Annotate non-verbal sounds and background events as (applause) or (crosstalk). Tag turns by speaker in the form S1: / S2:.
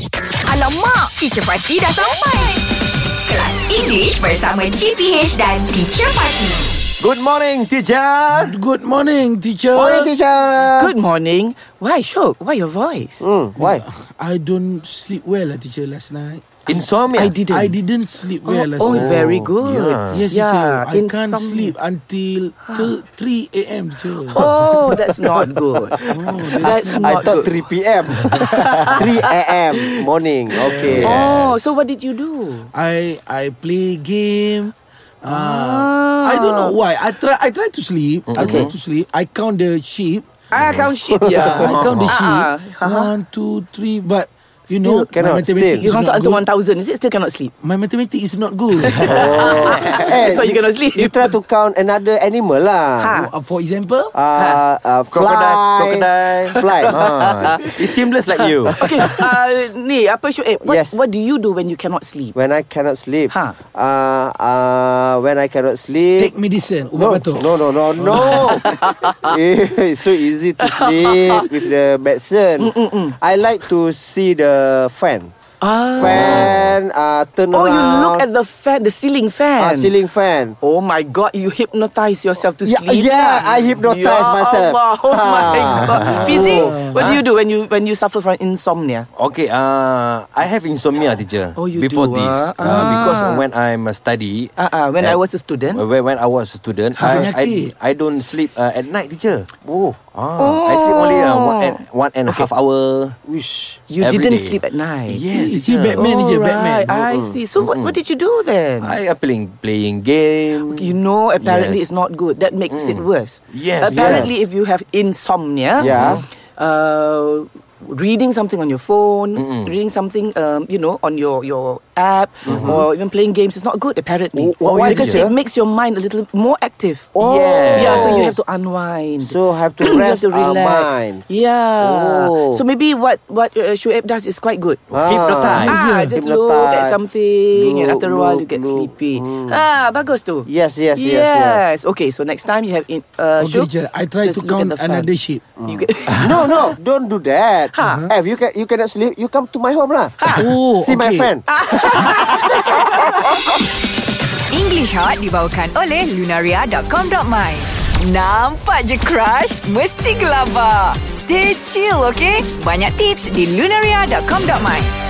S1: Kata mak, teacher Fatih dah sampai. Kelas English bersama GPH dan teacher Fatih.
S2: Good morning, teacher.
S3: Good morning, teacher.
S2: teacher.
S4: Good morning. Why, Shok? Why your voice?
S2: Hmm, why?
S3: I don't sleep well, uh, teacher, last night.
S2: Insomnia.
S4: I didn't.
S3: I didn't sleep
S4: Oh,
S3: well last
S4: oh,
S3: night.
S4: very good.
S3: Yes,
S4: yeah.
S3: teacher. I can't
S4: insomnia.
S3: sleep until till 3 a.m., teacher.
S4: Oh, that's not
S2: (laughs)
S4: good. that's
S2: Oh, I
S4: not
S2: thought
S4: good. (laughs)
S2: 3 p.m. 3 a.m. morning. Okay.
S4: Oh, so what did you do?
S3: I I play game. Uh, I
S4: Ah.
S3: don't know why. I try I try to sleep. I try to sleep. I count the sheep.
S4: I count sheep.
S3: Yeah, I
S2: (laughs)
S4: Yeah.
S3: count the sheep.
S4: Oh. Ah, ah.
S3: One, two, three. But you know,
S2: Still
S3: my
S2: cannot,
S3: mathematics
S4: you
S3: is
S4: count
S3: not
S4: until
S3: good.
S4: one thousand. Is it still cannot sleep?
S3: My mathematics is not
S4: (laughs)
S3: good.
S2: Eh,
S4: That's why you cannot sleep.
S2: You try to count another animal lah.
S4: Ha.
S3: Uh, For example,
S2: Uh, uh, fly.
S5: crocodile.
S2: Fly.
S5: (laughs) Ah, it's seamless like
S4: (laughs)
S5: you.
S4: Okay.
S2: (laughs)
S4: Uh, ni apa Shoaib? What,
S2: Oh. Yes.
S4: What do you do when you cannot sleep?
S2: When I cannot sleep.
S4: Ha.
S2: Uh, uh, when I cannot sleep.
S3: take medicine.
S2: No,
S3: Ubat batuk.
S2: no, no, no, no.
S4: (laughs)
S2: (laughs) Eh, it's so easy to sleep with the
S4: Mm,
S2: medicine. I like to see the fan.
S4: Ah.
S2: Fan uh, turn
S4: Oh,
S2: around.
S4: you look at the fan, the ceiling fan.
S2: uh, ceiling fan.
S4: Oh my God! You hypnotize yourself to
S2: Yeah,
S4: sleep.
S2: yeah, I hypnotize
S4: Ya
S2: myself.
S4: Allah, oh my
S2: Ah.
S4: God! Fizi, what do you do when you when you suffer from insomnia?
S5: Okay, uh, I have insomnia, teacher.
S4: Oh, you
S5: Before
S4: do,
S5: this,
S4: ah.
S5: uh, because
S4: Ah.
S5: when I'm uh, study,
S4: Uh, uh, when
S5: and-
S4: I was a student.
S5: when, when I was a student, I, I
S3: penyakit.
S5: I don't sleep uh, at night, teacher.
S2: Oh,
S5: Ah, I sleep only uh, one and one and a half hour.
S2: wish.
S4: You
S5: every
S4: didn't
S5: day.
S4: sleep at night.
S5: Yes,
S3: He- he
S5: teacher.
S3: Batman. manager, Batman.
S4: Oh, right, I see. So what, what did you do then?
S5: I am playing playing game.
S4: you know, apparently
S5: Yes. Mm.
S4: it's not good. That makes it worse.
S5: Yes,
S4: Apparently,
S5: yes.
S4: if you have insomnia,
S2: Yeah.
S4: uh, reading something on your phone, s- reading something, um, you know, on your your app,
S5: Mm-hmm.
S4: or even playing games is not good. Apparently,
S2: Wh- why,
S4: because it
S2: teacher?
S4: makes your mind a little more active.
S2: Oh.
S4: Yeah, so you have to unwind.
S2: So have
S4: (clears throat)
S2: to
S4: (coughs) you have
S2: rest
S4: to
S2: our
S4: relax.
S2: mind.
S4: Yeah.
S2: Oh.
S4: So maybe what what uh, Shoaib does is quite good.
S2: Ah.
S5: Hypnotize.
S4: Ah,
S2: Yeah.
S4: just look at
S2: Hypnotize.
S4: something and
S2: Look,
S4: after a while you
S2: look,
S4: get
S2: look.
S4: sleepy. Ah, bagus tu.
S2: Yes, yes, yes, yes.
S4: Yes. Okay, so next time you have in uh
S3: Okay,
S4: Syuk,
S3: teacher, I try to
S4: just look at
S3: count
S4: the fan.
S3: another sheep.
S4: You get,
S2: no, no, don't do that.
S4: Ha.
S2: If you can, you cannot sleep. You come to my home lah.
S3: Oh,
S2: See my
S3: okay.
S2: fan.
S1: English Hot dibawakan oleh Lunaria.com.my Nampak je crush? Mesti gelabah. Stay chill, okay? Banyak tips di Lunaria.com.my